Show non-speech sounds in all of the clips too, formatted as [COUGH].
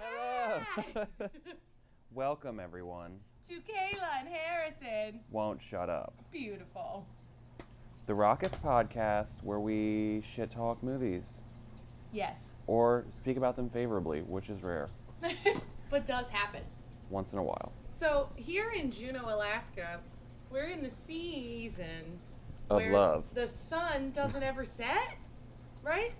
Oh, [LAUGHS] up? Welcome, everyone. to Kayla and Harrison. Won't shut up. Beautiful. The Raucous podcast where we shit talk movies Yes. or speak about them favorably, which is rare, but does happen. once in a while. So here in Juneau, Alaska, we're in the season Of where love. the sun doesn't ever set, right?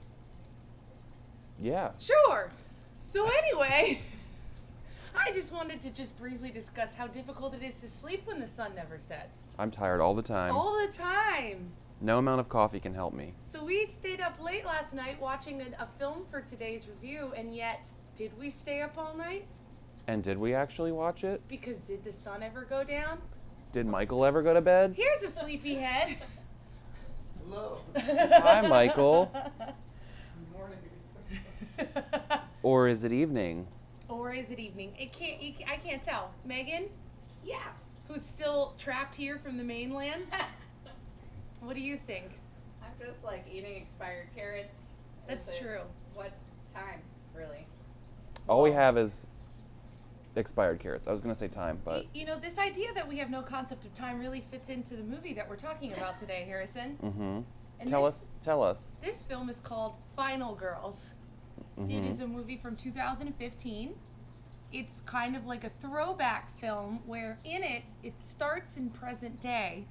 Yeah. Sure. So anyway, [LAUGHS] I just wanted to just briefly discuss how difficult it is to sleep when the sun never sets I'm tired all the time. all the time. No amount of coffee can help me. So we stayed up late last night watching a, a film for today's review, and yet did we stay up all night? And did we actually watch it? Because did the sun ever go down? Did Michael ever go [LAUGHS] to bed? Here's a sleepyhead. Hello. Hi, Michael. Good morning. Or is it evening? or is it evening? It can't. You, ca- I can't tell. Megan, Yeah. who's still trapped here from the mainland. What do you think? I'm just like eating expired carrots. That's It's a- true. What's time, really? All we have is expired carrots. I was going to say time, but Y- you know, this idea that we have no concept of time really fits into the movie that we're talking about today, Harrison. mhm. And Tell this, us, tell us. This film is called Final Girls. It Mm-hmm. is a movie from 2015. It's kind of like a throwback film where in it it starts in present day,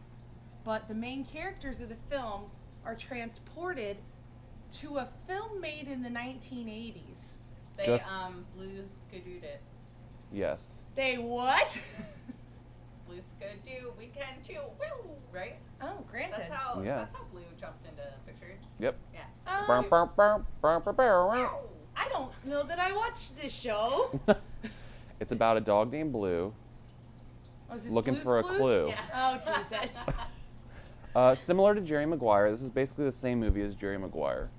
but the main characters of the film are transported to a film made in the 1980s. They Just- um blue skidooed it. Yes. They what? [LAUGHS] Blue skidoo, we can too. Woo! Right? oh, granted. That's how Yeah. that's how blue jumped into pictures. Yep. Yeah. Um, Burr, burr, burr, burr, burr, Oh. burr. Ow! I don't know that I watched this [LAUGHS] show. It's about a dog named Blue Was this looking Blue's for a Clues? clue. Yeah. Oh [LAUGHS] Jesus! Uh, similar to Jerry Maguire, this is basically the same movie as Jerry Maguire.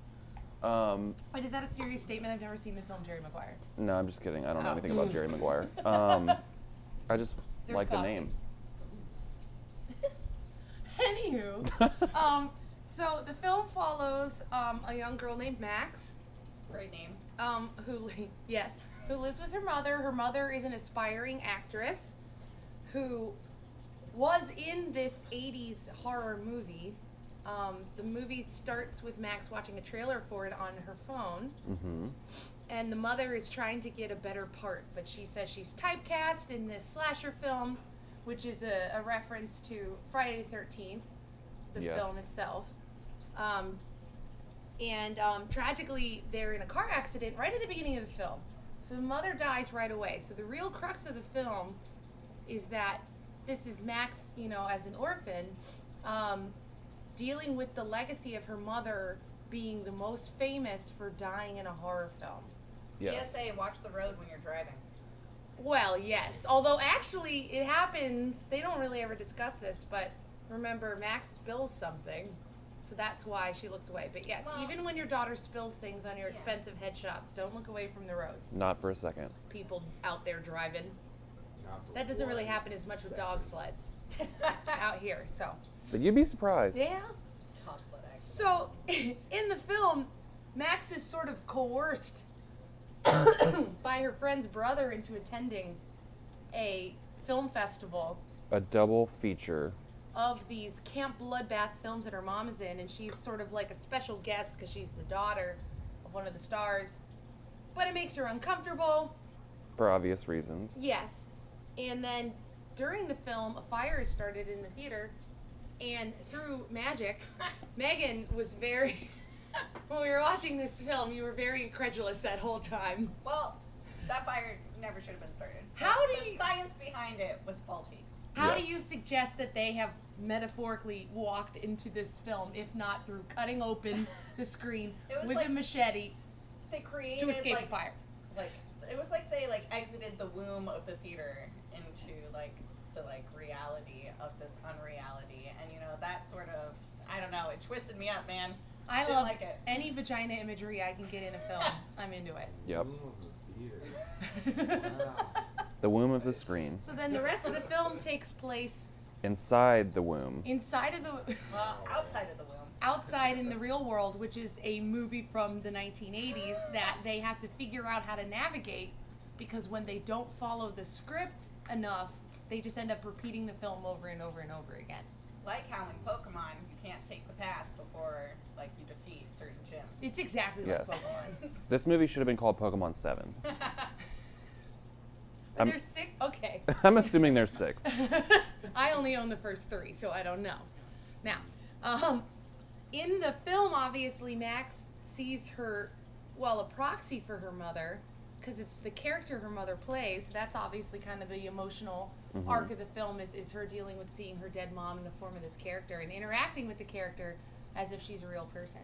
Um, Wait, is that a serious statement? I've never seen the film Jerry Maguire. no, I'm just kidding. I don't know Oh. anything about [LAUGHS] Jerry Maguire. Um, I just There's like coffee. the name. [LAUGHS] [LAUGHS] Anywho, um, so the film follows um, a young girl named Max, Great name. um, who li- [LAUGHS] yes, who lives with her mother. Her mother is an aspiring actress, who was in this '80s horror movie. Um, the movie starts with Max watching a trailer for it on her phone, Mm-hmm. and the mother is trying to get a better part, but she says she's typecast in this slasher film, which is a, a reference to Friday the 13th, the Yes. film itself. Um, and um, tragically, they're in a car accident right at the beginning of the film. So the mother dies right away. So the real crux of the film is that this is Max, you know, as an orphan, um, dealing with the legacy of her mother being the most famous for dying in a horror film. Yes. PSA, watch the road when you're driving. Well, yes. Although actually, it happens. They don't really ever discuss this, but remember, Max spills something, so that's why she looks away. But yes, Well- even when your daughter spills things on your Yeah. expensive headshots, don't look away from the road. Not for a second. People out there driving. That doesn't really happen as much with dog sleds out here. So But you'd be surprised. yeah. Top sled act. So [LAUGHS] in the film, Max is sort of coerced [COUGHS] by her friend's brother into attending a film festival A double feature. of these camp bloodbath films that her mom is in, and she's sort of like a special guest because she's the daughter of one of the stars. But it makes her uncomfortable. For obvious reasons. Yes. And then during the film, a fire is started in the theater, and through magic, [LAUGHS] Megan was very. [LAUGHS] when we were watching this film, you were very incredulous that whole time. Well, that fire never should have been started. How do the you- science behind it was faulty. How do Yes. you suggest that they have metaphorically walked into this film, if not through cutting open the screen [LAUGHS] It was with like- a machete They created to escape like, the fire? like it was like they like exited the womb of the theater into like the like reality of this unreality and you know that sort of i don't know it twisted me up man I didn't love like it any vagina imagery I can get in a [LAUGHS] film. I'm into it. Yep. Wow. The womb of the screen. So then the rest of the film takes place Inside the womb. inside of the well outside of the womb outside in the real world, which is a movie from the 1980s that they have to figure out how to navigate because when they don't follow the script enough, they just end up repeating the film over and over and over again. Like how in Pokemon you can't take the pass before like you defeat certain gyms. It's exactly Yes. like Pokemon. [LAUGHS] This movie should have been called Pokemon 7. But I'm- they're sick. Okay. I'm assuming there's six. [LAUGHS] I only own the first three, so I don't know. Now, um, in the film, obviously, Max sees her, well, a proxy for her mother, because it's the character her mother plays. That's obviously kind of the emotional arc of the film is, is her dealing with seeing her dead mom in the form of this character and interacting with the character as if she's a real person.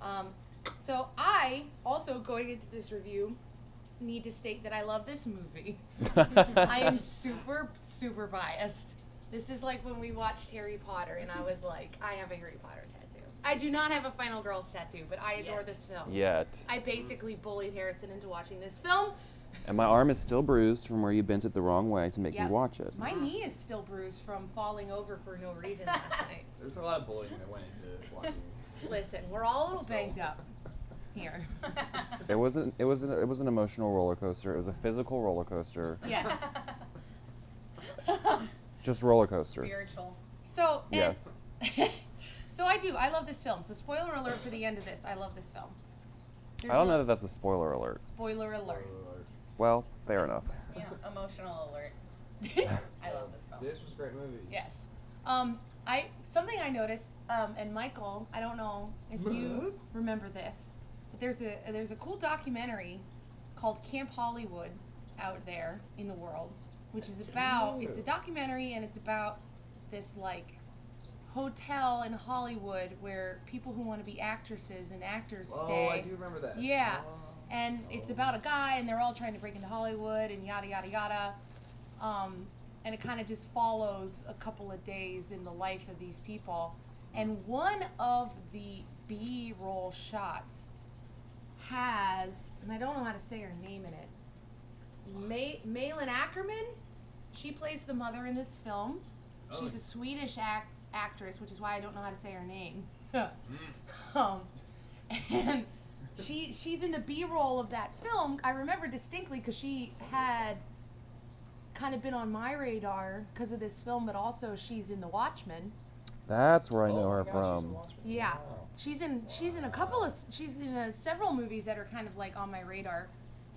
Um, so I, also going into this review, need to state that I love this movie. [LAUGHS] [LAUGHS] I am super, super biased. This is like when we watched Harry Potter, and I was like, I have a Harry Potter tattoo. I do not have a Final Girls tattoo, but I adore Yet. this film. Yet. I basically bullied Harrison into watching this film. And my arm is still bruised from where you bent it the wrong way to make Yep. me watch it. My knee is still bruised from falling over for no reason [LAUGHS] last night. There's a lot of bullying that went into watching. [LAUGHS] Listen, we're all a little banged up here. It wasn't. It was. An, it was an emotional roller coaster. It was a physical roller coaster. [LAUGHS] Yes. Just roller coaster. Spiritual. So and- Yes. [LAUGHS] so I do. I love this film. So spoiler alert for the end of this. I love this film. There's I don't a- know that that's a spoiler alert. Spoiler alert. Well, fair enough. [LAUGHS] Yeah, emotional alert. I love this film. This was a great movie. Yes. Um, I something I noticed, um, and Michael, I don't know if you remember this, but there's a there's a cool documentary called Camp Hollywood out there in the world, which is about it's a documentary and it's about this like hotel in Hollywood where people who want to be actresses and actors stay. Oh, I do remember that. Yeah. Oh. And it's about a guy, and they're all trying to break into Hollywood, and yada yada yada. Um, and it kind of just follows a couple of days in the life of these people. And one of the B-roll shots has, and I don't know how to say her name in it. May Malin Ackerman. She plays the mother in this film. She's a Swedish ac- actress, which is why I don't know how to say her name. [LAUGHS] um, and she she's in the b-roll of that film i remember distinctly because she had kind of been on my radar because of this film but also she's in the watchmen That's where I know Oh my her gosh, she's from. watching. yeah she's in she's in a couple of she's in uh several movies that are kind of like on my radar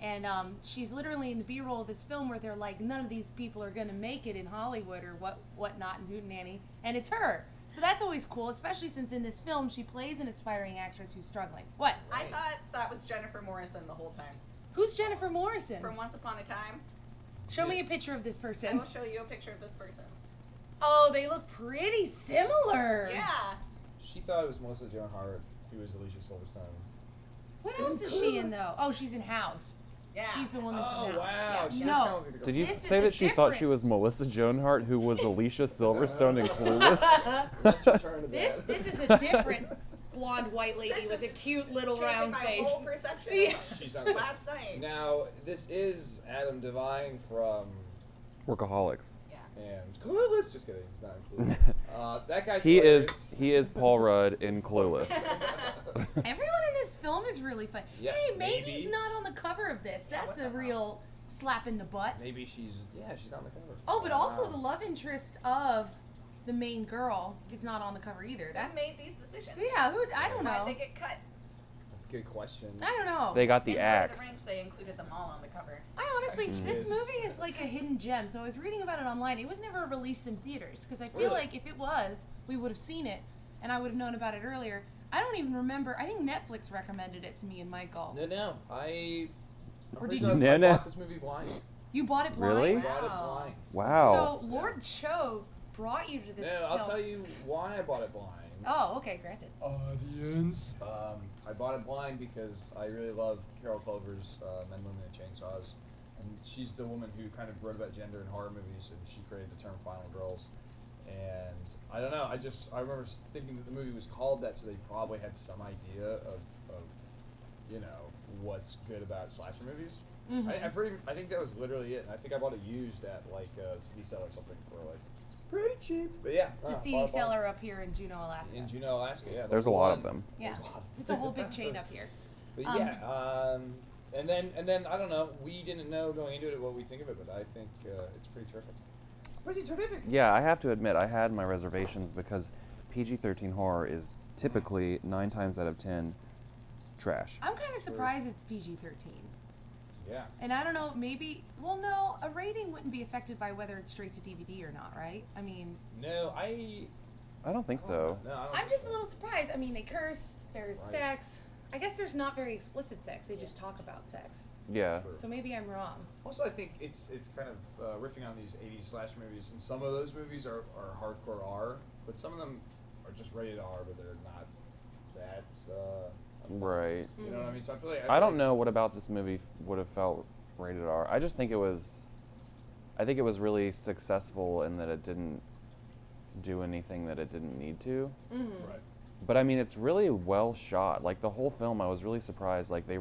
and um, she's literally in the b-roll of this film where they're like none of these people are going to make it in hollywood or what whatnot in newton nanny and it's her so that's always cool especially since in this film she plays an aspiring actress who's struggling what I thought that was Jennifer Morrison the whole time. who's jennifer morrison From Oh, Once Upon a Time, Show me a Yes. picture of this I person. will show you a picture of this person. Oh, they look pretty similar. Yeah. She thought it was Melissa Joan Hart, who was Alicia Silverstone. What else is she in though? Oh, she's in House. Yeah. She's the woman Oh, from wow. House. She Yeah. was No. kind of Did you This is say a that she thought she different- was Melissa Joan Hart, who was Alicia Silverstone in Clueless? Let's [LAUGHS] return to This that. this is [LAUGHS] a different blonde white lady This with a is cute little Changing round my face. whole perception Yeah. of [LAUGHS] She's not last night. Now, this is Adam Devine from. Workaholics. Yeah. And [LAUGHS] Clueless. Just kidding. He's not in Clueless. [LAUGHS] uh, that guy's. He hilarious. is he is Paul Rudd in Clueless. Everyone in this film is really fun. Yeah, hey, maybe he's maybe. not on the cover of this. Yeah, That's what a the real slap in the butt. Maybe she's. Yeah, she's not on the cover. Oh, but also Wow. the love interest of the main girl is not on the cover either. Who That made these decisions? yeah, who I don't Why'd know. they get cut? That's a good question. I don't know. They got In the Lord of axe. the Rings, they included them all on the cover. I honestly, this Yes. movie is like a hidden gem. So I was reading about it online. It was never released in theaters because I feel Really? like if it was, we would have seen it, and I would have known about it earlier. I don't even remember. I think Netflix recommended it to me and Michael. No, no. I. I'm Or pretty did sure you- No, I no. bought this movie blind. You bought it blind. Really? I bought it Wow. blind. Wow. So Lord Cho brought you to this No, film. I'll tell you why I bought it blind. Oh, okay, granted. Audience. Um, I bought it blind because I really love Carol Clover's uh, Men, Women, and Chainsaws, and she's the woman who kind of wrote about gender in horror movies, and she created the term "final girls." And I don't know. I just I remember s- thinking that the movie was called that, so they probably had some idea of, of you know what's good about slasher movies. Mm-hmm. I, I pretty I think that was literally it. And I think I bought it used at like a CD seller or something for like pretty cheap. But yeah, uh, The bought CD it blind. seller up here in Juneau, Alaska. In Juneau, Alaska, yeah. [LAUGHS] There's a lot of them. yeah, there's a lot of it's a whole big chain up here. But Um, yeah, um, And then and then I don't know. We didn't know going into it what we think of it, but I think uh, it's pretty terrific. Pretty terrific. Yeah, I have to admit, I had my reservations because PG 13 horror is typically, nine times out of ten, trash. I'm kind of surprised it's PG 13. Yeah. And I don't know, maybe, well, no, a rating wouldn't be affected by whether it's straight to DVD or not, right? I mean, No, I. I don't think so. No, I don't I'm think just a so. little surprised. I mean, they curse, there's Right. sex. I guess there's not very explicit sex, they just talk about sex. Yeah. True. So maybe I'm wrong. Also, I think it's it's kind of uh, riffing on these '80s slash movies, and some of those movies are, are hardcore R, but some of them are just rated R, but they're not that. Uh, Right. You know what I Mm. mean? So I feel like I don't know what about this movie would have felt rated R. I just think it was, I think it was really successful in that it didn't do anything that it didn't need to. Mm. Mm-hmm. Right. But I mean, it's really well shot. Like the whole film, I was really surprised. Like they,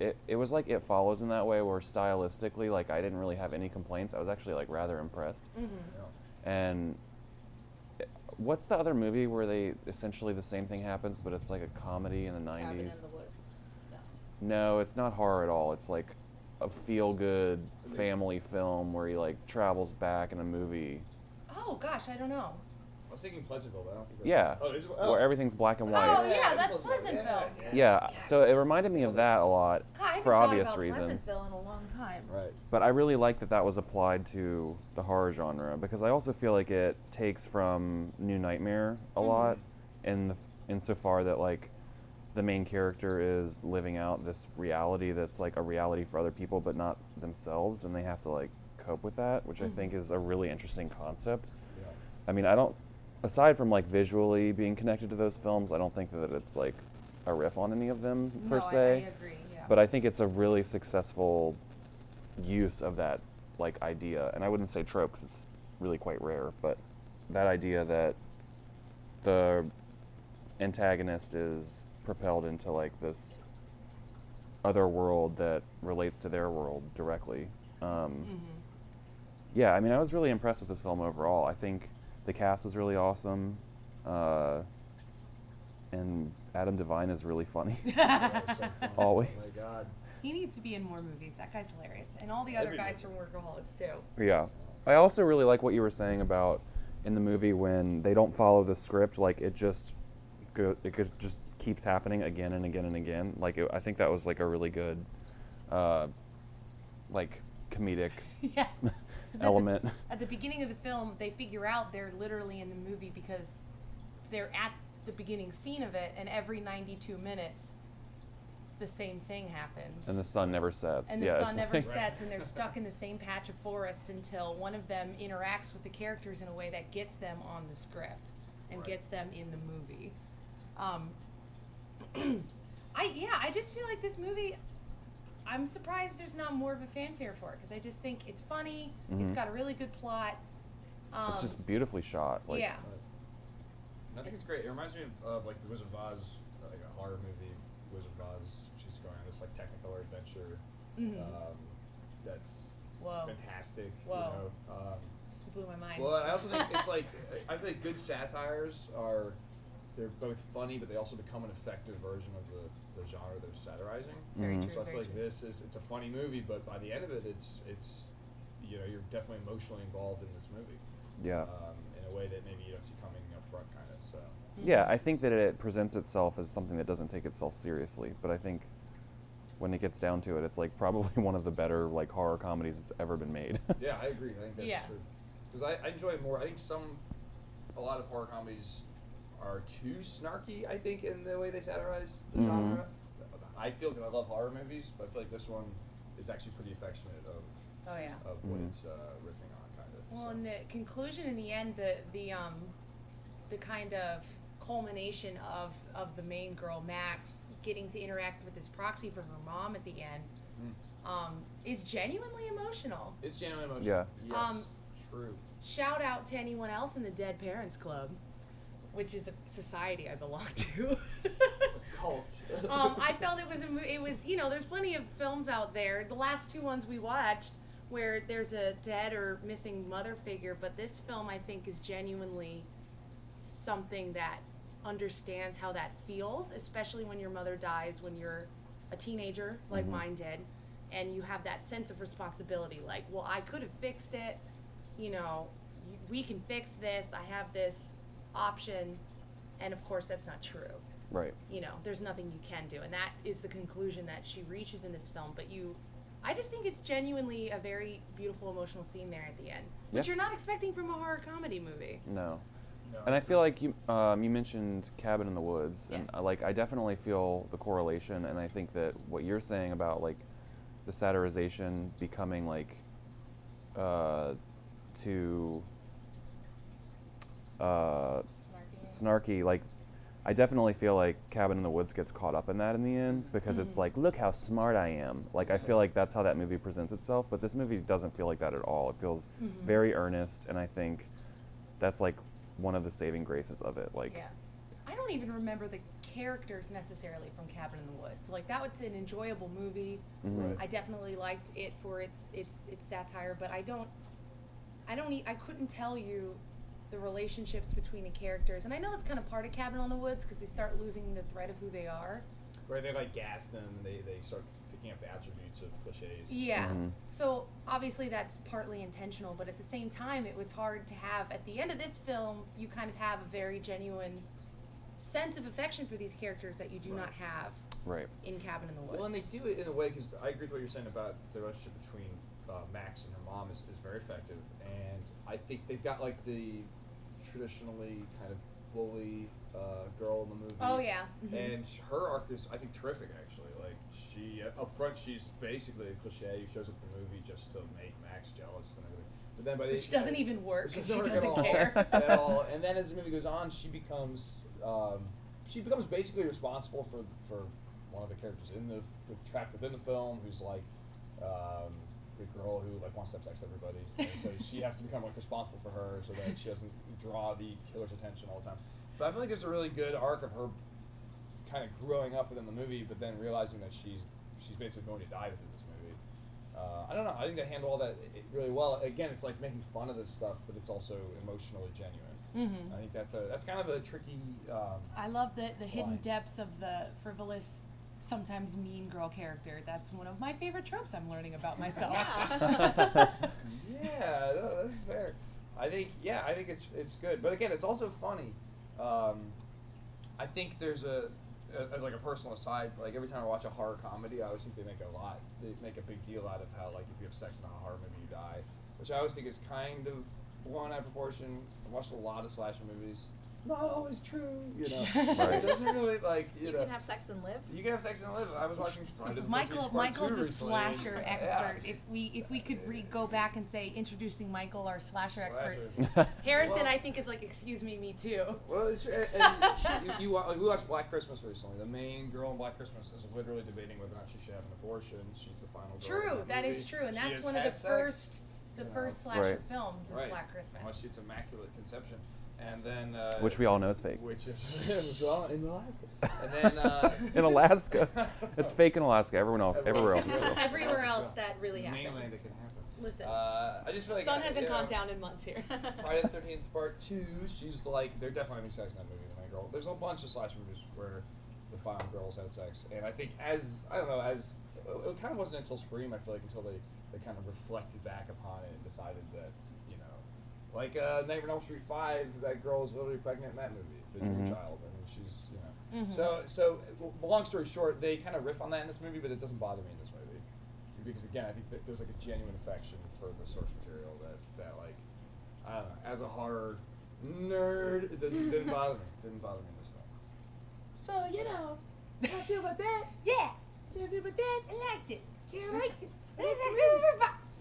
it it was like it follows in that way where stylistically, like I didn't really have any complaints. I was actually like rather impressed. Mm-hmm. Yeah. Mm-hmm. And eh, what's the other movie where they essentially the same thing happens, but it's like a comedy in the Cabin in nineties? the woods. No. No, it's not horror at all. It's like a feel good family film where he like travels back in a movie. Oh, gosh, I don't know. I was thinking Pleasantville, but I don't think. that's- Yeah. Oh, is it- Where oh. everything's black and white. Oh, yeah, that's Pleasantville. Pleasantville. Yeah, yeah. Yeah, so it reminded me of that a lot God, I haven't for thought obvious about reasons. Pleasantville in a long time. Right. But I really like that that was applied to the horror genre because I also feel like it takes from New Nightmare a Mm-hmm. lot in the, insofar that like the main character is living out this reality that's like a reality for other people but not themselves and they have to like cope with that, which I Mm-hmm. think is a really interesting concept. Yeah. [LAUGHS] I mean, I don't aside from like visually being connected to those films, I don't think that it's like a riff on any of them per no, I- se I, agree, yeah. but I think it's a really successful use of that like idea, and I wouldn't say trope 'cause it's really quite rare, but that idea that the antagonist is propelled into like this other world that relates to their world directly. Um, Yeah, I mean, I was really impressed with this film overall. I think the cast was really awesome, uh, and Adam Devine is really funny. [LAUGHS] That was so funny. Always. Oh my God. he needs to be in more movies. That guy's hilarious. And all the other Every guys from Workaholics, too. [LAUGHS] [LAUGHS] Yeah. I also really like what you were saying about in the movie when they don't follow the script, like it just go, it could- just keeps happening again and again and again. Like it, I think that was like a really good uh, like comedic [LAUGHS] yeah. 'Cause at the- element. at the beginning of the film, they figure out they're literally in the movie because they're at the beginning scene of it, and every 92 minutes, the same thing happens. and the sun never sets. And the yeah, sun it's never like- [LAUGHS] sets, and they're stuck in the same patch of forest until one of them interacts with the characters in a way that gets them on the script and Right. gets them in the movie. Um, [CLEARS THROAT] I yeah, I just feel like this movie. I'm surprised there's not more of a fanfare for it because I just think it's funny. Mm-hmm. It's got a really good plot. Um, It's just beautifully shot. Like, yeah, And I think it's great. It reminds me of, of like the Wizard of Oz, like a horror movie. Wizard of Oz. She's going on this like Technicolor adventure. Um, that's Mm-hmm. Whoa. fantastic. Whoa. You know? um, it blew my mind. well, I also think it's like [LAUGHS] I feel like good satires are they're both funny, but they also become an effective version of the, the genre they're satirizing. Very true, So I feel very like true. this is it's a funny movie, but by the end of it, it's it's you know you're definitely emotionally involved in this movie Oh. Yeah. um, in a way that maybe you don't see coming up front, kind of. So Yeah, I think that it presents itself as something that doesn't take itself seriously, but I think when it gets down to it, it's like probably [LAUGHS] one of the better like horror comedies that's ever been made. yeah, I agree. I think that's Yeah. true because I, I enjoy more. I think some a lot of horror comedies are too snarky. I think in the way they satirize the genre. I feel because I love horror movies, but I feel like this one is actually pretty affectionate of oh yeah. of what it's uh, riffing on, kind of. Well, so. in the conclusion, in the end, the the um, the kind of culmination of of the main girl Max getting to interact with this proxy for her mom at the end, um, is genuinely emotional. It's genuinely emotional. Yeah. Yes. Um, [LAUGHS] true. Shout out to anyone else in the Dead Parents Club, which is a society I belong to. [LAUGHS] Cult. [LAUGHS] um, I felt it was a, mo- it was you know there's plenty of films out there. The last two ones we watched where there's a dead or missing mother figure, but this film I think is genuinely something that understands how that feels, especially when your mother dies when you're a teenager like Mhm. mine did, and you have that sense of responsibility like, well, I could have fixed it, you know, y- we can fix this, I have this option, and of course, that's not true [LAUGHS] Right. you know, there's nothing you can do. And that is the conclusion that she reaches in this film. But you, I just think it's genuinely a very beautiful emotional scene there at the end, which Yeah. you're not expecting from a horror comedy movie. No. No. And I feel like you um, you mentioned Cabin in the Woods, and Yeah. uh, like I definitely feel the correlation, and I think that what you're saying about like the satirization becoming like uh, too uh, Snarky. snarky, like I definitely feel like Cabin in the Woods gets caught up in that in the end because Mm-hmm. it's like, look how smart I am. Like I feel like that's how that movie presents itself, but this movie doesn't feel like that at all. It feels Mm-hmm. very earnest, and I think that's like one of the saving graces of it. Like, Yeah. I don't even remember the characters necessarily from Cabin in the Woods. Like that was an enjoyable movie. Right. I definitely liked it for its its its satire, but I don't I don't e- I couldn't tell you the relationships between the characters. And I know it's kind of part of Cabin in the Woods because they start losing the thread of who they are. Where they like gas them and they, they start picking up the attributes of cliches. Yeah. Mm-hmm. Mhm. So obviously that's partly intentional, but at the same time, it was hard to have. At the end of this film, you kind of have a very genuine sense of affection for these characters that you do not Right. have right, in Cabin in the Woods. Well, and they do it in a way because I agree with what you're saying about the relationship between uh, Max and her mom is, is very effective, and I think they've got like the traditionally kind of bully uh, girl in the movie. oh yeah. And sh- her arc is, I think, terrific. Actually, like she uh, up front, she's basically a cliche who shows up in the movie just to make Max jealous and everything. But then by the Which doesn't I- even work. Which She work at doesn't all. care. [LAUGHS] [LAUGHS] at all. And then as the movie goes on, she becomes um, she becomes basically responsible for for one of the characters in the, the trapped within the film, who's like um, the girl who like wants to have sex with everybody. And [LAUGHS] so she has to become like responsible for her, so that she doesn't draw the killer's attention all the time. But I feel like there's a really good arc of her kind of growing up within the movie, but then realizing that she's she's basically going to die within this movie. Uh, I don't know. I think they handle all that i- i- really well. Again, it's like making fun of this stuff, but it's also emotionally genuine. I think that's a that's kind of a tricky. Um, I love the, the hidden Why? depths of the frivolous, sometimes mean girl character. That's one of my favorite tropes I'm learning about myself. [LAUGHS] yeah, no, that's fair. I think yeah, I think it's it's good, but again, it's also funny. Um, I think there's a as like a personal aside, like every time I watch a horror comedy, I always think they make a lot, they make a big deal out of how like if you have sex in a horror movie, you die, which I always think is kind of blown out of proportion. I watched a lot of slasher movies. It's not always true, you know. Right. It doesn't really like you, You know. can have sex and live. you can have sex and live. I was watching Friday the Michael 13th part Michael's two a recently, and- slasher [LAUGHS] yeah. expert. If we if we could re- go back and say introducing Michael our slasher, expert. Slasher. [LAUGHS] Harrison, Well- I think, is like, excuse me, me too. Well, it's, and, and you, you, wa- like, we watched Black Christmas recently. The main girl in Black Christmas is literally debating whether or not she should have an abortion. She's the final. Girl in True, that that movie. is true, and She that's has one of had the sex. first, the you know. first slasher Right. films is Right. Black Christmas. [LAUGHS] [LAUGHS] Unless it's immaculate conception, and then uh, which we all know is fake. [LAUGHS] which is [LAUGHS] which we all in Alaska, and then uh, In [LAUGHS] Alaska, it's fake in Alaska. Everyone else, everywhere else is [LAUGHS] [LAUGHS] real. [LAUGHS] Everywhere else, that really happened. mainland it can happen. Listen, Uh, I just feel like sun I- hasn't you gone know, down in months here. [LAUGHS] Friday the Thirteenth Part Two. She's like, they're definitely having sex in that movie. The main girl. There's a bunch of slasher movies where the final girls had sex, and I think as I don't know, as it, it kind of wasn't until Scream, I feel like, until they they kind of reflected back upon it and decided that you know, like uh, Nightmare on Elm Street Five, that girl is literally pregnant in that movie, the dream child. I mean, she's you know. So so, w- long story short, they kind of riff on that in this movie, but it doesn't bother me in this movie. Because again, I think that there's like a genuine affection for the source material that, that like I don't know. Uh, As a horror nerd, it didn't, didn't bother me. Didn't bother me this film. So you know, I feel about that. yeah, I feel about that. I liked it. Yeah, Hmm. I liked it.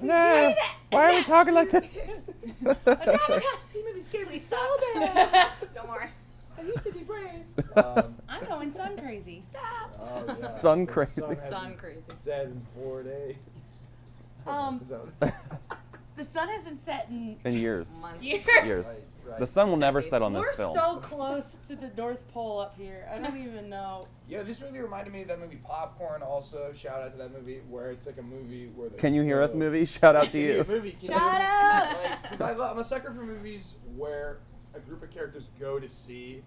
No, why are we talking like this? These movies scared me Please so stop. bad. [LAUGHS] no more. I used to [LAUGHS] be brave. Um, I'm going sun crazy. [LAUGHS] oh, yeah. Sun The crazy. hasn't Sun crazy. Set in four days. Um, [LAUGHS] Is that what it's- the sun hasn't set in In years, [LAUGHS] Month. Years. years. right, The right. sun will never set on this We're film. so close to the North Pole up here. I don't even [LAUGHS] know. Yeah, this movie reminded me of that movie Popcorn. Also, shout out to that movie where it's like a movie where. They Can you hear us, go- movie? [LAUGHS] Shout out to Can you. hear movie? Can you Shout hear- out! Because I'm a sucker for movies where a group of characters go to see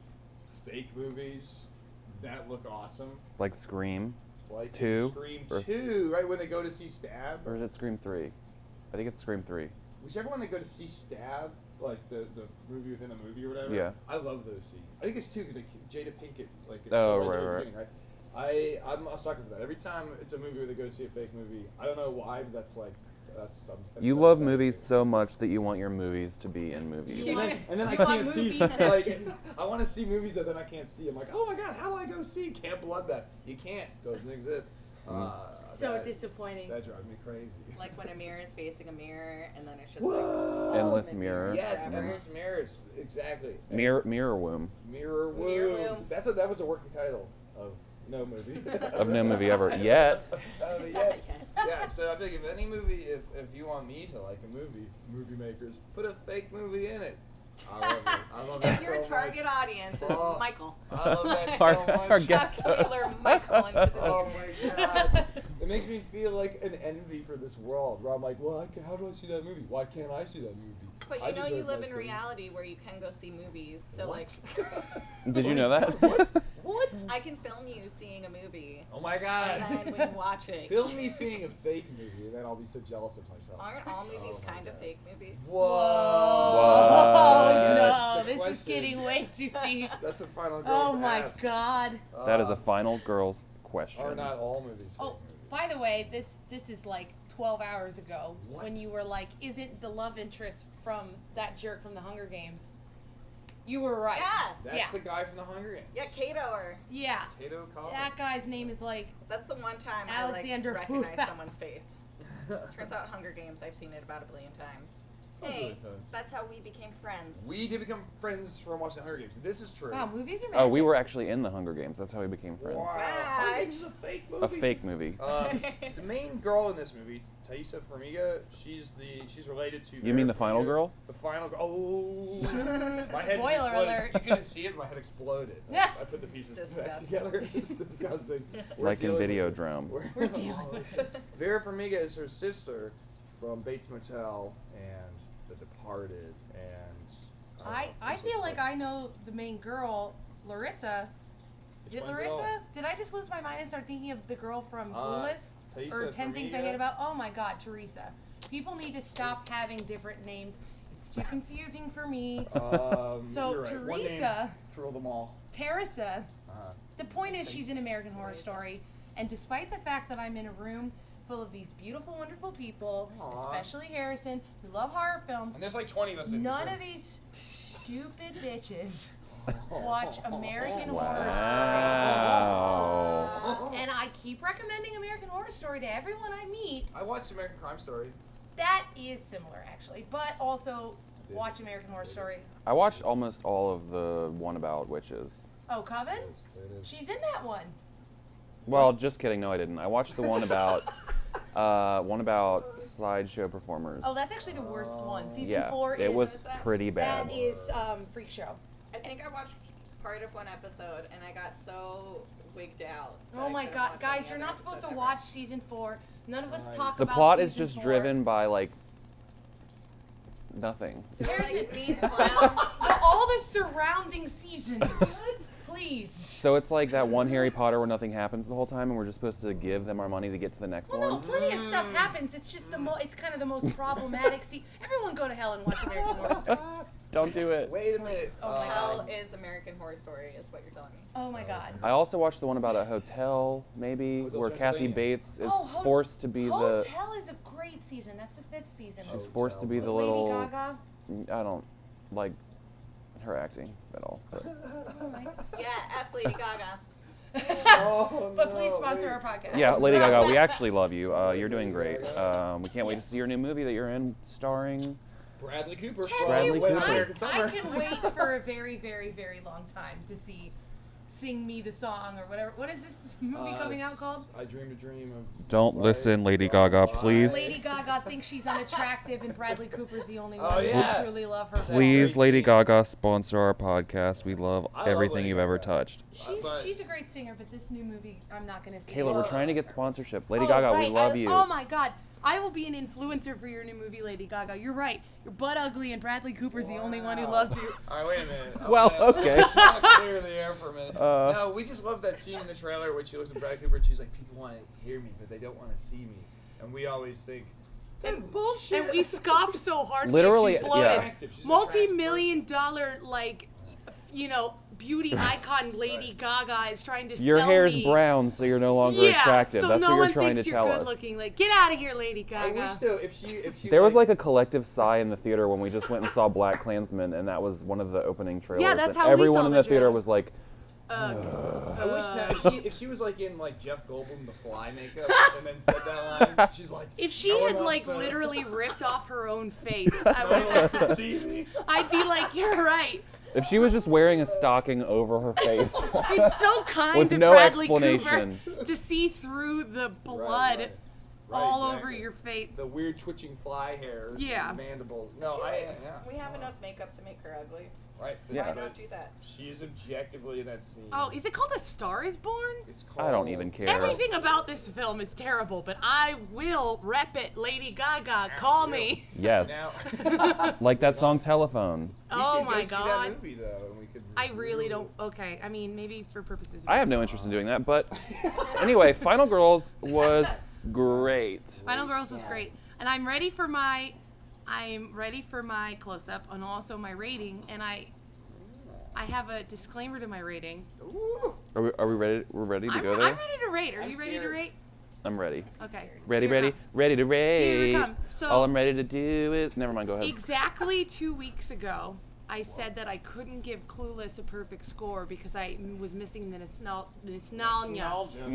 fake movies that look awesome. Like Scream. Like Like in Two, Scream or- Two, right when they go to see Stab, Or is it Scream 3? I think it's Scream 3. whichever one they go to see Stab, like the the movie within a movie or whatever. Yeah. I love those scenes. I think it's two because like Jada Pinkett, like it's Oh, right, there at the right, right. beginning, right. I I'm a sucker for that. Every time it's a movie where they go to see a fake movie, I don't know why, but that's like that's some. That's You some- love some- movies so much that you want your movies to be in movies. And then, and then I You want can't see. movies that- Like, [LAUGHS] I want to see movies that then I can't see. I'm like, oh my god, how do I go see Camp Bloodbath? You can't. Doesn't exist. Mm-hmm. Uh, So that, disappointing. That drives me crazy. Like when a mirror is facing a mirror, and then it's just Whoa! Endless mirror. Yes, Forever. endless mirrors. Exactly. Mirror, mirror womb Mirror womb. Mirror Womb. That's a, that was a working title of [LAUGHS] no movie. of no movie ever yet. [LAUGHS] Uh, but yeah, like. yeah, so I think if any movie, if, if you want me to like a movie, movie makers, put a fake movie in it. I love it. I love that If your so target much. audience is Oh. [LAUGHS] Michael, I love that so Our- much. our guest- [LAUGHS] just Wheeler Michael into the Oh theater. my god. It makes me feel like an envy for this world where I'm like, well, I can, how do I see that movie? Why can't I see that movie? [LAUGHS] But you I know deserve you live nice in things. reality where you can go see movies. So What? Did you know [LAUGHS] that? what? What? like I can film you seeing a [LAUGHS] movie Oh my and god. then when you watch it. Film me seeing a fake movie and then I'll be so jealous of myself. Aren't all movies Oh my kind of God. fake movies? Oh Uh, That's no, the this is question. getting way [LAUGHS] too deep. That's what Final Girls Oh my asks. god. That is a Um, final girl's question. Are not all movies fake Oh, movies? by the way, this this is like 12 hours ago when What? you were like, "Isn't the love interest from that jerk from the Hunger Games?" You were right. Yeah. That's yeah. the guy from The Hunger Games. Yeah, Kato or Yeah. Kato Collins. That guy's name is like that's the one time Alexander I like, [LAUGHS] recognize Hufa. someone's face. Turns out Hunger Games, I've seen it about a billion times. A billion Hey, Oh, times. that's how we became friends. [LAUGHS] we did become friends from watching The Hunger Games. This is true. wow, movies are magic. Oh, we were actually in the Hunger Games. That's how we became friends. Wow. Wow. I think it's a fake movie. A fake movie. [LAUGHS] Um, the main girl in this movie, Thaisa Farmiga, she's the she's related to. You mean the final Farmiga. girl? The final girl. Oh. my head just Spoiler exploded. alert. You couldn't see it. My [LAUGHS] head exploded. I, I put the pieces back Disgusting. together. [LAUGHS] It's disgusting. We're Like in dealing with- Videodrome. We're, dealing with it. Vera Farmiga is her sister from Bates Motel and The Departed and. don't I know, I there's feel like other- I know the main girl, Larissa. Is it Explains it Larissa? all. Did I just lose my mind and start thinking of the girl from Uh, Clueless? or Thaisa 10 things I Farmiga. hate about. Oh my god, Teresa. People need to stop having different names. It's too confusing for me. Um, So, you're right. One name Teresa- to rule them all. Teresa. Uh-huh. The point is, she's an American Horror Story, and despite the fact that I'm in a room full of these beautiful, wonderful people, Aw. especially Harrison, who love horror films, And there's like 20 of us in this none room. of these stupid [LAUGHS] bitches watch American Horror Wow. Story. And I keep recommending American Horror Story to everyone I meet. I watched American Crime Story. That is similar, actually, but also Did- watch American Horror Story. I watched almost all of the one about witches. Oh, Coven? There it is. She's in that one. Well, just kidding. No, I didn't. I watched the one about [LAUGHS] uh, one about slideshow performers. Oh, that's actually the worst one. Season yeah, four it is uh, was pretty bad. that is um, Freak Show. I think I watched part of one episode and I got so wigged out. that Oh I my couldn't god, watch guys, any you're other not supposed to episode ever. watch season four. None of us Right. talk the about plot is season just four. driven by like nothing. They're There's like a- [LAUGHS] these clowns. But all the surrounding seasons. Please. So it's like that one Harry Potter where nothing happens the whole time, and we're just supposed to give them our money to get to the next Well, no, one. plenty of stuff Mm. happens. It's just the mo- it's kind of the most problematic. See, everyone go to hell and watch American Horror Story. Don't do it. Wait a minute. Oh my um, Hell is American Horror Story, is what you're telling me. [LAUGHS] Oh my god. I also watched the one about a hotel, maybe, Hotel where Kathy Transylvania. Bates is Oh, ho- forced to be the. Hotel is a great season. That's the fifth season. She's Hotel. forced to be the Lady little. Gaga. I don't like her acting at all. [LAUGHS] But Yeah, F Lady Gaga. [LAUGHS] Oh, [LAUGHS] But please no, sponsor wait. our podcast. yeah, Lady Gaga, we actually love you. Uh, you're doing great. Um, we can't wait to see your new movie that you're in, starring. Bradley Cooper. Can Bradley we Cooper. wait? American I Summer. can wait for a very, very, very long time to see Sing Me the Song or whatever. What is this movie Uh, coming out s- called? I dreamed a dream of. Don't Right. listen, Lady Gaga, Why? please. Lady Gaga thinks she's unattractive and Bradley Cooper's the only Oh, one yeah. who truly love her. Please, Lady Gaga, sponsor our podcast. We love I love everything Lady you've ever Gaga. touched. She, But- she's a great singer, but this new movie I'm not going to see. Kayla, we're trying to get sponsorship. Lady Oh, Gaga, right, we love I- you. Oh my God. I will be an influencer for your new movie, Lady Gaga. You're right. You're butt ugly, and Bradley Cooper's the only one who Wow. loves you. All right, wait a minute. [LAUGHS] I'm Well, gonna- okay. I'm gonna clear the air for a minute. Uh. no, we just love that scene in the trailer when she looks at Brad Cooper and she's like, "People want to hear me, but they don't want to see me." And we always think that's bullshit. [LAUGHS] And we scoffed so hard. Literally, she's yeah. bloated. Attractive. She's an Multi-million dollar, like, f- you know, [LAUGHS] beauty icon Lady Gaga is trying to Your sell hair's me. brown, so you're no longer yeah, attractive. so That's no what you're one trying to thinks tell you're good us. looking. Like, get out of here, Lady I Gaga. wish though if she if she There was like a collective sigh in the theater when we just went and saw Black Klansman, and that was one of the opening trailers. that's and how we everyone saw in the the theater trailer. was like, I wish now, if she if she was like in like Jeff Goldblum the Fly makeup and then said that line, she's like. If she "No one had wants like to- literally ripped off her own face, I [LAUGHS] no one wants would. [LAUGHS] to see me. I'd be like, you're right. if she was just wearing a stocking over her face, [LAUGHS] It's so kind With of no Bradley explanation. Cooper to see through the blood Right, right. Right, all over exactly. your face. the weird twitching fly hairs. Yeah. And mandibles. No, I. Yeah. We have no. enough makeup to make her ugly. Right. Yeah. Why not do that? She's objectively in that scene. Oh, e is it called A Star Is Born? It's called, I don't even care. Everything about this film is terrible, but I will rep it. Lady Gaga, call me. Yes, Now, like that song Telephone. Oh we should go my see that god. movie though, and we could. I really don't. Okay, I mean, maybe for purposes. Of I have no interest in doing that, but anyway, Final Girls was great. Final Girls is great, and I'm ready for my, I'm ready for my close up and also my rating, and I, I have a disclaimer to my rating. Ooh. Are we, are we ready? We're ready to I'm, go I'm there. ready to rate. Are I'm you ready to scared. rate? I'm ready. Okay. Ready, Here it ready, comes. ready to rate. comes. So- All I'm ready to do is. Never mind. Go ahead. Exactly two weeks ago, I said that I couldn't give Clueless a perfect score because I was missing the nostal- nostalgia. Nostalgia.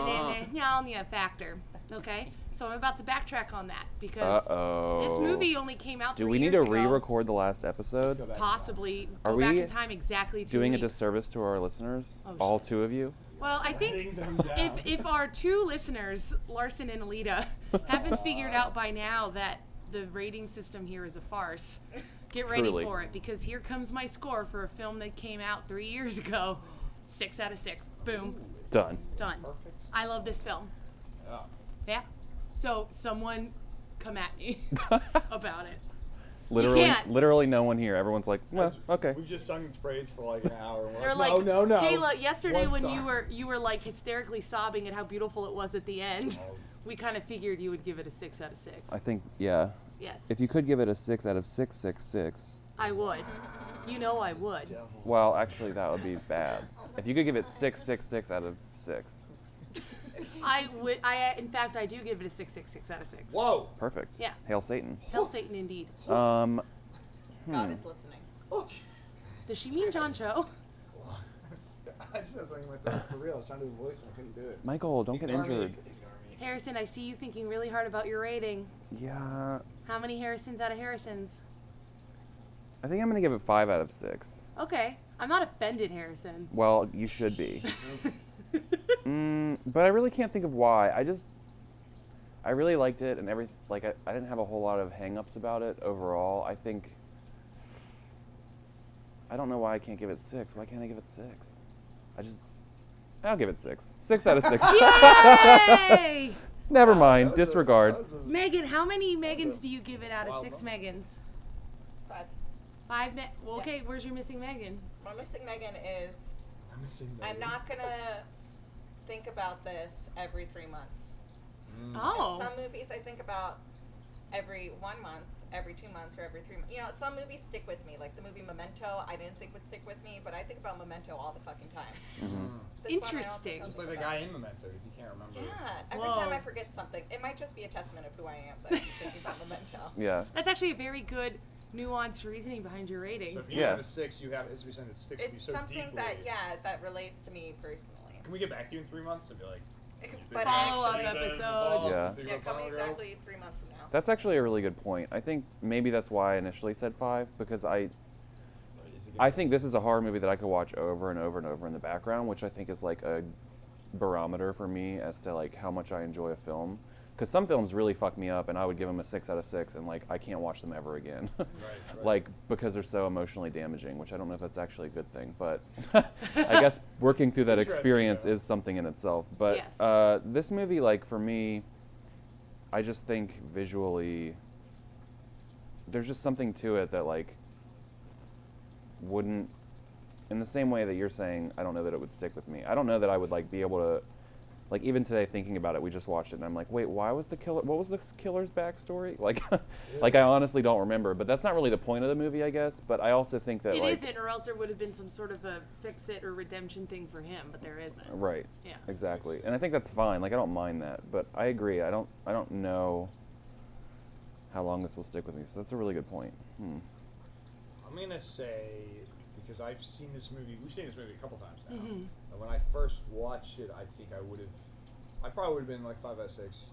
Nostalgia factor. Okay? So I'm about to backtrack on that Uh because oh. this movie only came out Do three we need to years ago. re-record the last episode? [LAUGHS] Go back. Possibly Are go back we in time exactly two Doing a weeks. disservice to our listeners, Oh, all shit. two of you. Well, I Ding think them if down. if our two listeners, Larson and [LAUGHS] Alita, haven't figured out by now that the rating system here is a farce, get ready Truly. for it because here comes my score for a film that came out three years ago. Six out of six. Boom. Done. Done. Perfect. I love this film. Oh. Yeah. So someone come at [LAUGHS] me about it. Literally, can't. literally no one here. Everyone's like, well, okay. We've just sung its praise for like an hour. and we're They're like, like, no, no, no. Kayla, yesterday One when star. you were you were like hysterically sobbing at how beautiful it was at the end, Oh. we kind of figured you would give it a six out of six. I think, yeah. yes. If you could give it a six out of six, six, six. I would. You know I would. Well, actually, that would be bad. If you could give it six, six, six out of six, I would. I in fact I do give it a six six six out of six. Whoa. perfect. Yeah. Hail Satan. Hell Satan indeed. Um, Hmm. God is listening. Oh, Does she mean John Cho? [LAUGHS] I just had something in my throat for real. I was trying to do a voice and I couldn't do it. Michael, don't get Ignore me. injured. Ignore me. Harrison, I see you thinking really hard about your rating. Yeah. How many Harrisons out of Harrisons? I think I'm gonna give it five out of six. Okay, I'm not offended, [LAUGHS] Harrison. Well, you should be. mm, but I really can't think of why. I just, I really liked it, and every like I, I didn't have a whole lot of hang-ups about it overall. I think. I don't know why I can't give it six. Why can't I give it six? I just, I'll give it six. Six out of [LAUGHS] six. Yay! Never That mind. was a- Disregard. that was a- Megan, how many Megans do you give it out of Wild six one. Megans? But Five. Me- well, okay, where's your missing Megan? my missing Megan is I'm missing that. I'm not gonna think about this every three months. Mm. Oh, Some movies I think about every one month, every two months, or every three months. You know, some movies stick with me. Like the movie Memento, I didn't think would stick with me, but I think about Memento all the fucking time. This one I don't think Interesting. I'll Mm-hmm. think Just like the about. guy in Memento, if you can't remember. Yeah, every Whoa. time I forget something, it might just be a testament of who I am that I'm thinking about [LAUGHS] Memento. Yeah. that's actually a very good, nuanced reasoning behind your rating. So if you Yeah. have a six, you have it's be something that sticks with you It's so something deeply. that yeah that relates to me personally. Can we get back to you in three months and be like? But Follow-up actually, episode. Yeah. yeah, coming exactly three months from now. That's actually a really good point. I think maybe that's why I initially said five because I I think this is a horror movie that I could watch over and over and over in the background, which I think is like a barometer for me as to like how much I enjoy a film. Because some films really fuck me up, and I would give them a six out of six, and like I can't watch them ever again, [LAUGHS] right. like because they're so emotionally damaging. Which I don't know if that's actually a good thing, but [LAUGHS] I guess working through that Interesting, experience though. uh, is something in itself. But Yes. uh, this movie, like for me, I just think visually, there's just something to it that like wouldn't, in the same way that you're saying, I don't know that it would stick with me. I don't know that I would like be able to, like even today thinking about it, we just watched it and I'm like, wait, why was the killer? What was the killer's backstory? [LAUGHS] Like, like I honestly don't remember. But that's not really the point of the movie, I guess. But I also think that It like, not or else there would have been some sort of a fix it or redemption thing for him, but there isn't. Right. Yeah. Exactly. And I think that's fine. Like I don't mind that, but I agree. I don't. I don't know how long this will stick with me. So that's a really good point. Hmm. I'm gonna say because I've seen this movie. We've seen this movie a couple times now. And when I first watched it, I think I would have. I probably would have been like five out of six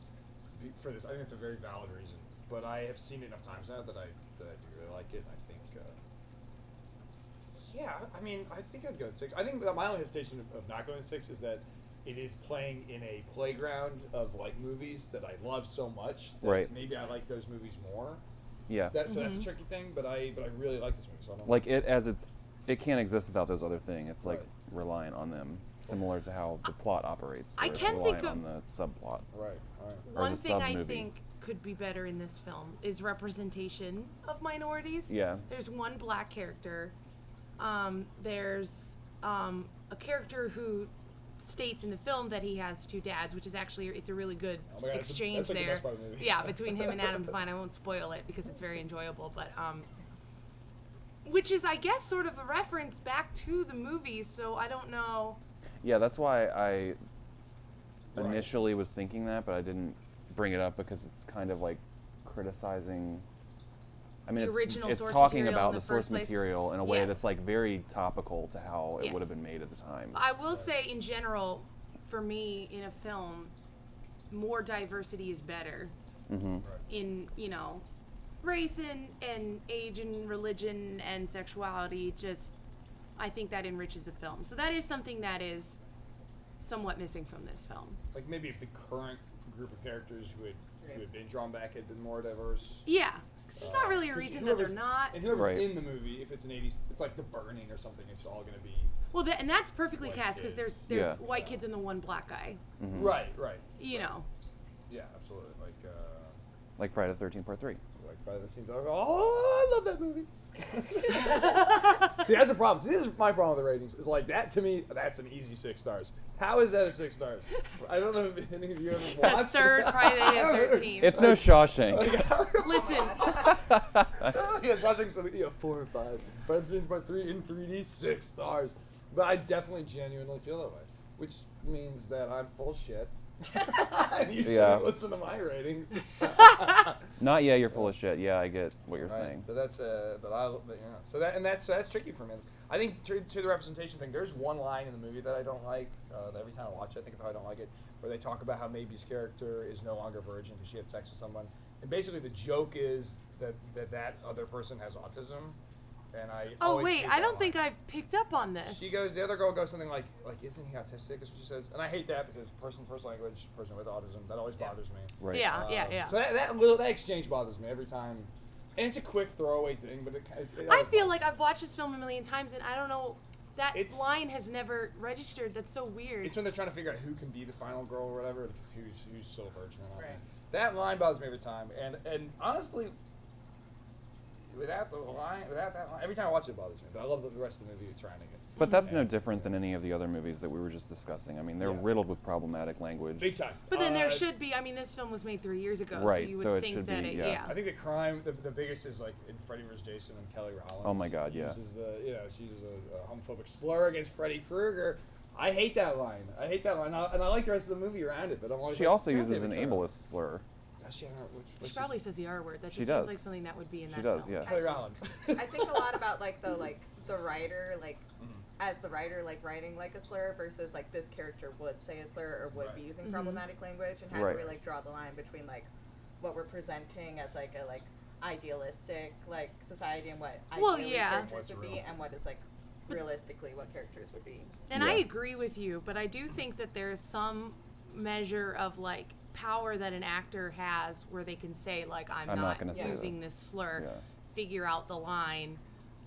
be- for this. I think it's a very valid reason. But I have seen it enough times now that I that I do really like it. And I think. Uh, yeah, I mean, I think I'd go with six. I think that my only hesitation of, of not going with six is that it is playing in a playground of like movies that I love so much. That Right. Maybe I like those movies more. Yeah. That's so that's Mm-hmm. a tricky thing, but I but I really like this movie. So I don't like it as it's. It can't exist without those other thing. It's like Right. reliant on them, similar to how the plot operates. I where it's can think reliant of- on the subplot. Right. All right. Or One the thing I sub-movie. think could be better in this film is representation of minorities. Yeah. There's one black character. Um, there's um, a character who states in the film that he has two dads, which is actually it's a really good Oh my God, that's the- exchange that's like the there. best part of the movie. Yeah, between him and [LAUGHS] Adam Devine. I won't spoil it because it's very enjoyable, but um, which is I guess sort of a reference back to the movies. So I don't know. Yeah. That's why I Right. initially was thinking that, but I didn't bring it up because it's kind of like criticizing. I mean, The it's, original it's source talking material about in the, the source first place. material in a way Yes. that's like very topical to how it would have Yes. been made at the time. I will say, in general, for me, in a film, more diversity is better. Hmm. In you know, race and and age and religion and sexuality. Just, I think that enriches a film. So that is something that is somewhat missing from this film. Like maybe if the current group of characters who had who had been drawn back had been more diverse. Yeah, 'cause there's not really a 'Cause reason that they're whoever's- not. And whoever's Right. in the movie, if it's an '80s, it's like The Burning or something. It's all gonna be. Well, that, and that's perfectly White cast because there's kids. there's Yeah. white kids and the one black guy. Mm-hmm. Right. Right. You [LAUGHS] know. Yeah. Absolutely. Like. Uh, Like Friday the 13th, part 3. like Friday the 13th. Oh, I love [LAUGHS] that movie. See, that's the problem. See, this is my problem with the ratings. Is like that to me. That's an easy six stars. How is that a six stars? I don't know if any of you ever watched. The third Friday [LAUGHS] the 13th. It's Oh, no Shawshank. Listen, [LAUGHS] yeah, Shawshank's Redemption, yeah, four or five. But it's part three in 3D, six stars. But I definitely genuinely feel that way, which means that I'm full shit. [LAUGHS] and you Yeah. shouldn't listen to my ratings. Not yeah, you're full of shit. Yeah, I get what you're Right. saying. But that's uh, but I but, yeah. So that and that's so that's tricky for me. I think to, to the representation thing, there's one line in the movie that I don't like. Uh, that every time I watch it, I think of how I don't like it, where they talk about how Maybe's character is no longer a virgin because she had sex with someone, and basically the joke is that that, that other person has autism, and I oh always wait, hate I that don't think line. I've picked up on this. She goes. The other girl goes something like, "Like, isn't he autistic?" Is what she says, and I hate that because person first language, person with autism, that always bothers me. Right. Yeah, yeah, yeah. So that, that little that exchange bothers me every time, and it's a quick throwaway thing, but it, ki- it, it I feel like I've watched this film a million times, and I don't know. That It's- line has never registered. That's so weird. it's when they're trying to figure out who can be the final girl or whatever, because who's who's still a virgin. Or not. Right. That line bothers me every time, and and honestly, without the line, without that line, every time I watch it, it bothers me. But I love the rest of the movie. It's trying to get But that's no different than any of the other movies that we were just discussing. I mean, they're Yeah. riddled with problematic language. big time. but then there Uh, should be. I mean, this film was made three years ago, so Right, you would so it think should that be, it. yeah. I think the crime, the, the biggest is like in Freddy vs. Jason and Kelly Rollins. Oh my God, yeah. She uses the, you know, she uses a, a homophobic slur against Freddy Krueger. I hate that line. I hate that line. And I, and I like the rest of the movie around it, but I'm always She like, also God uses damn an it, Kelly. ableist slur. Does she? I don't know which- She which probably says the R word. That She just does. seems like something that would be in that She does, film. yeah. [LAUGHS] [LAUGHS] Kelly Rollins. I think a lot about like the like the writer like as the writer like writing like a slur versus like this character would say a slur or would be Right. using problematic language and how Right. do we like draw the line between like what we're presenting as like a like idealistic like society and what Well, ideally yeah. characters What's would be real. and what is like realistically what characters would be. And Yeah. I agree with you, but I do think that there is some measure of like power that an actor has where they can say like I'm, I'm not gonna say using this. this, slur, Yeah. figure out the line,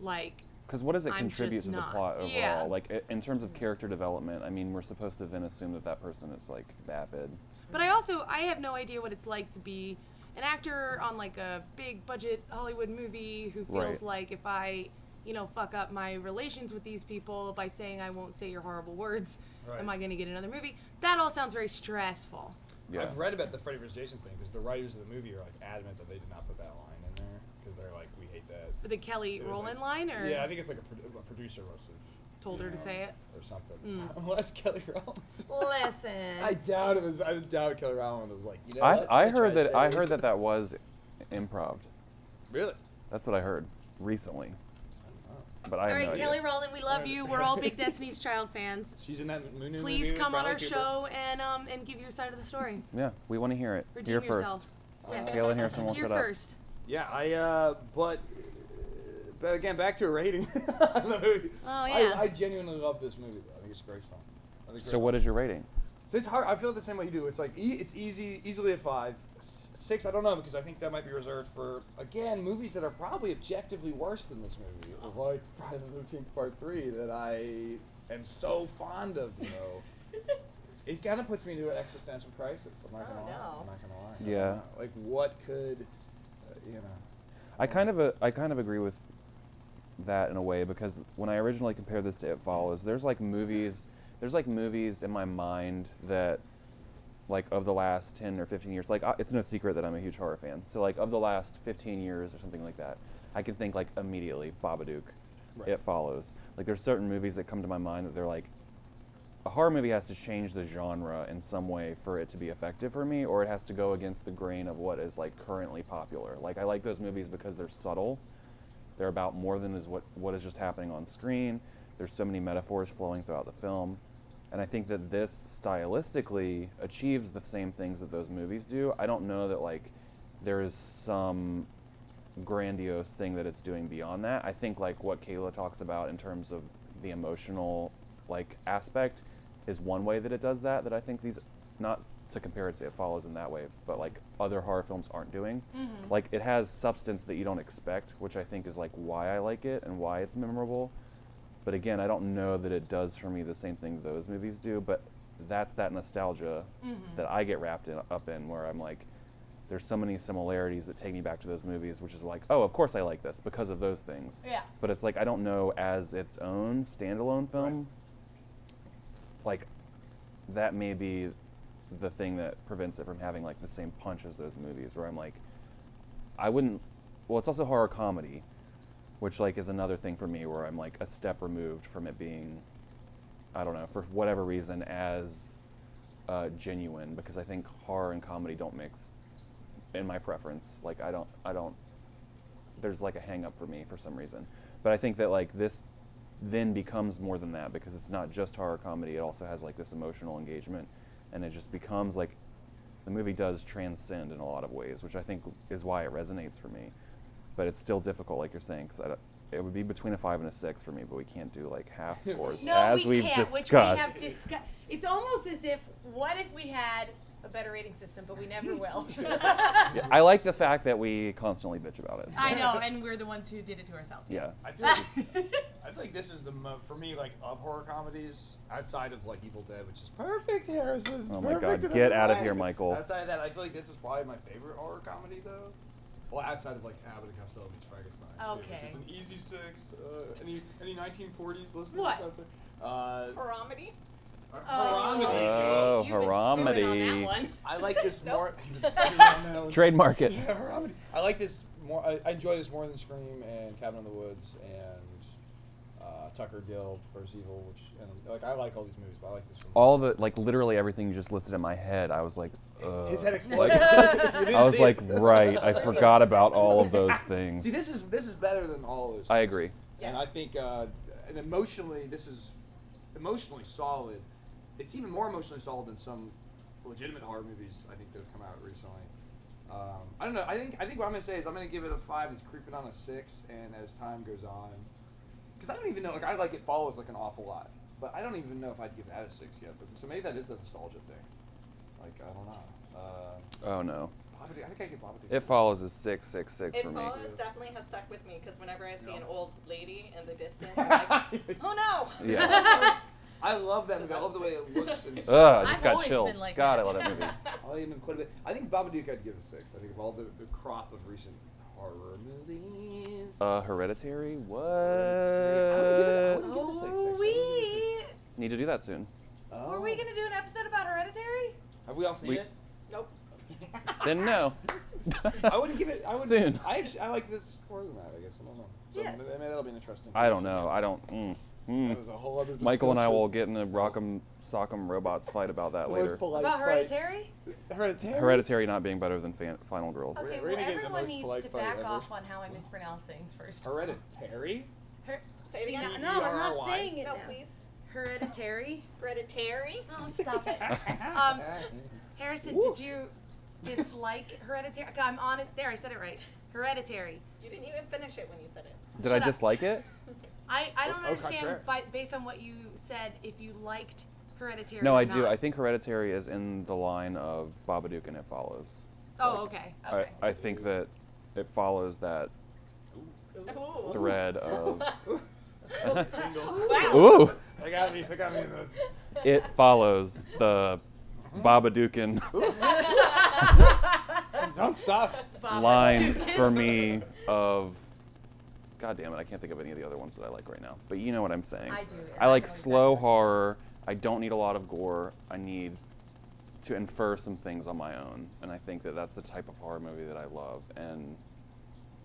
like Because what does it I'm contribute just to the not. plot overall? Yeah. Like i- in terms of character development, I mean, we're supposed to then assume that that person is like vapid But I also I have no idea what it's like to be an actor on like a big budget Hollywood movie who feels Right. like if I you know fuck up my relations with these people by saying I won't say your horrible words, am I Right. going to get another movie? That all sounds very stressful. Yeah. I've I've read- read about the Freddy vs. Jason thing because the writers of the movie are like adamant that they did not put that line in there because they're like, we hate that. The Kelly It was Rowland like- line, or Yeah, I think it's like a, pro- a producer must have told her to say it. or something. Mm. [LAUGHS] Unless Kelly Rowland. Listen, [LAUGHS] I doubt it was. I doubt Kelly Rowland was like. You know I, what? I I'm heard gonna that try I to heard that that was improv. say- Really? That's what I heard recently. But all I have no right, idea. Kelly Rowland, we love [LAUGHS] you. We're all big Destiny's Child fans. She's in that Moon Moon Please movie with come on Bradley our Cooper. show and um and give your side of the story. yeah, we want to hear it. Redeem You're yourself. first. Yes. Galen Harrison will You're shut up. first. Yeah, I. uh But. uh, But again, back to [LAUGHS] a rating. on the movie. Oh yeah. I, I genuinely love this movie. Though. I think it's a great film. I think it's a So great what is your rating? So it's hard. I feel the same way you do. It's like e- it's easy, easily a five, S- six. I don't know because I think that might be reserved for again movies that are probably objectively worse than this movie, like Friday the Thirteenth Part Three that I am so fond of. You [LAUGHS] know, it kind of puts me into an existential crisis. I'm not gonna Oh, lie. no. I'm not gonna lie. Yeah. Like what could, uh, you know? I kind of uh, I kind of agree with that in a way because when I originally compared this to It Follows, there's like movies, there's like movies in my mind that like of the last 10 or 15 years like I, it's no secret that i'm a huge horror fan so like of the last 15 years or something like that i can think like immediately babadook Right. it follows like there's certain movies that come to my mind that they're like a horror movie has to change the genre in some way for it to be effective for me or it has to go against the grain of what is like currently popular like i like those movies because they're subtle they're about more than is what, what is just happening on screen there's so many metaphors flowing throughout the film and i think that this stylistically achieves the same things that those movies do i don't know that like there is some grandiose thing that it's doing beyond that. I think like what Kayla talks about in terms of the emotional like aspect is one way that it does that that I think these not to compare it to it follows in that way, but like other horror films aren't doing. Like it has substance that you don't expect, which I think is like why I like it and why it's memorable. But again, I don't know that it does for me the same thing those movies do, but that's that nostalgia that I get wrapped in, up in where I'm like, there's so many similarities that take me back to those movies, which is like, oh, of course I like this because of those things. Yeah. But it's like, I don't know as its own standalone film. Like, that may be the thing that prevents it from having like the same punch as those movies where I'm like, I wouldn't. Well, it's also horror comedy, which like is another thing for me where I'm like a step removed from it being, I don't know, for whatever reason, as uh, genuine because I think horror and comedy don't mix. In my preference, like I don't, I don't. There's like a hang up for me for some reason, but I think that like this then becomes more than that because it's not just horror comedy. It also has like this emotional engagement, and it just becomes like the movie does transcend in a lot of ways, which I think is why it resonates for me. But it's still difficult, like you're saying, because it would be between a five and a six for me. But we can't do like half scores, [LAUGHS] No, as we have can't, discussed. which we have discussed. It's almost as if, what if we had a better rating system, but we never will. Yeah, I like the fact that we constantly bitch about it. so, I know, and we're the ones who did it to ourselves. yeah, yes. I [LAUGHS] feel like I feel like this is the mo- for me like of horror comedies outside of like Evil Dead, which is perfect. Harrison. Oh my perfect God, in get every out of way. here, Michael. Outside of that, I feel like this is probably my favorite horror comedy though. Well, outside of like Abbott and Costello meets Frankenstein, too, which Okay. is an easy six. Uh, any any 1940s listeners What? Um, out there? Uh, Haromedy? Harambe. Oh, You've been stewing on that Haramdi. one. I like this Nope. more. [LAUGHS] [LAUGHS] No. trademark it. [LAUGHS] Yeah, Harambe. I like this more. I, I enjoy this more than Scream and Cabin in the Woods and uh, Tucker Guild vs. Evil, which and, like I like all these movies, but I like this one. All the like, literally everything you just listed in my head. I was like, Ugh. His head exploded. uh, Like, [LAUGHS] You didn't I was see like, it. right, [LAUGHS] I forgot about all of those things. See, this is this is better than all of those. I things. agree. And I think, uh, and emotionally, this is emotionally solid. It's even more emotionally solid than some legitimate horror movies I think that have come out recently. Um, I don't know. I think I think what I'm gonna say is I'm gonna give it a five. It's creeping on a six, and as time goes on, because I don't even know. Like I like it follows like an awful lot, but I don't even know if I'd give that a six yet. But so maybe that is the nostalgia thing. Like I don't know. Uh, Oh no, Babadook- I think I give Babadook. a it six. follows is six, six, six It for me. follows definitely has stuck with me because whenever I see [LAUGHS] Yeah. an old lady in the distance, I'm like, oh no! Yeah, [LAUGHS] I love that So movie. I love the way that's it looks [LAUGHS] and Ugh, I just I've got always been chills. like God, that. I love that movie. [LAUGHS] I'll even quite a bit. I think Babadook I'd give a six. I think of all the, the crop of recent horror movies. Uh, Hereditary? What? I would give it, I would give it a six. actually. I Oh, would give it a six. we. Need to do that soon. Oh. Were we gonna do an episode about Hereditary? Have we all seen We- it? Nope. Then no. I wouldn't give it. I would. Soon. I actually I like this more than that. I guess I don't know. So Yes. Maybe, maybe that'll be an interesting. I don't conversation. know. I don't. Mm, mm. That was a whole other. Michael and I discussion. will get in a Rock'em Sock'em Robots fight about that The most later. polite about fight. Hereditary? Hereditary. Hereditary not being better than fan- Final Girls. Okay, we're well, gonna get the everyone most needs polite to fight back ever. off on how I mispronounce things first. Hereditary. Her- Say it See, again. no, no, I'm not T-E-R-R-Y. saying it. No, now. please. Hereditary. Hereditary. Oh, stop it. [LAUGHS] [LAUGHS] Um, Harrison, did you dislike Hereditary? God, I'm on it. There, I said it right. Hereditary. You didn't even finish it when you said it. Did Shut I up. dislike it? I, Oh, I don't au understand contraire. by, based on what you said if you liked Hereditary. No, or I do. not. I think Hereditary is in the line of Babadook and It Follows. Oh, okay. I, I think that it follows that Ooh. [LAUGHS] thread of. Wow. Ooh! I got me. I got me. in [LAUGHS] the- It follows the Babadook and Don't stop. line for me of God damn it, I can't think of any of the other ones that I like right now. But you know what I'm saying. I do, yeah, I like I know slow exactly. horror. I don't need a lot of gore. I need to infer some things on my own, and I think that that's the type of horror movie that I love. And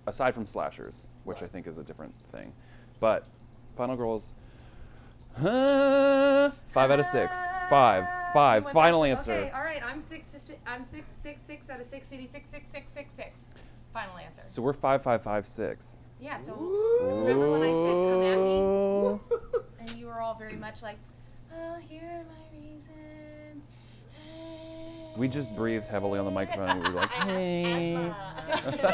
aside from slashers, which I Right. think is a different thing, but Final Girls. huh, five out of six. Five. We Five. Ah, went Final back- answer. Okay, all right. I'm six. To si- I'm six six six out of six eighty six six six six six. Final answer. So we're five, five, five, six. Yeah. So remember when I said come at me, Ooh. and you were all very much like, "Oh, here are my reasons." We just breathed heavily on the microphone and we [LAUGHS] were like, I have hey. asthma.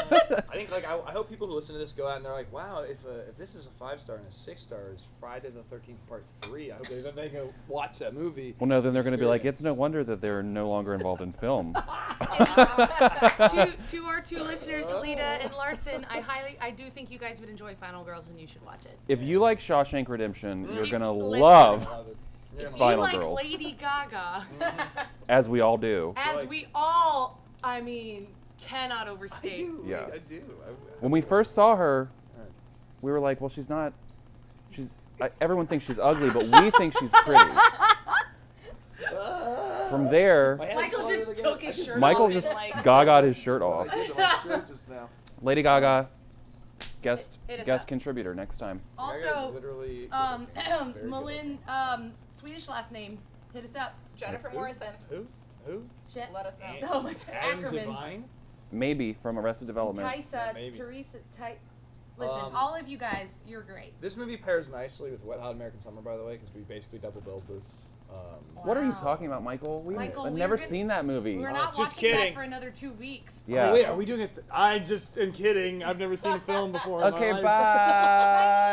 I think like I, I hope people who listen to this go out and they're like, wow, if uh, if this is a five star and a six star is Friday the Thirteenth Part Three. I hope they then they go watch that movie. Well, no, then they're going to be like, it's no Experience. wonder that they're no longer involved in film. to, to our two listeners, Alita and Larson, I highly, I do think you guys would enjoy Final Girls, and you should watch it. If you like Shawshank Redemption, Mm, you're going to Listen. love, Love it. You're gonna If Final you like Girls. Lady Gaga, as we all do. as Mm-hmm. Like- we all, I mean, cannot I overstate. do. Yeah. I do. I, When we first saw her, we were like, well, she's not. She's. I, everyone thinks she's ugly, but we think she's pretty. From My there, head's Michael floating just again. took I his just- shirt Michael off just and, like, gagaed his shirt I off. did my shirt just now. Lady Gaga, guest Hit us guest up. contributor next time. I was [LAUGHS] Also, literally. um, [CLEARS THROAT] Very Malin, um, Swedish last name, hit us up. Jennifer Morrison. Who? Who? Shit. Let us know. [LAUGHS] Oh my God. Adam Ackerman. Devine. Maybe from Arrested Development. Yeah, Tysa, maybe. Teresa, Ty. Listen, Um, all of you guys, you're great. This movie pairs nicely with Wet Hot American Summer, by the way, because we basically double billed this. Um, What are you Wow. talking about, Michael? We've Michael, we never were gonna- seen that movie. We're not Oh, just watching kidding. that for another two weeks. yeah. wait, are we doing it? Th- I just am kidding. I've never seen a film before. in my okay, life. bye.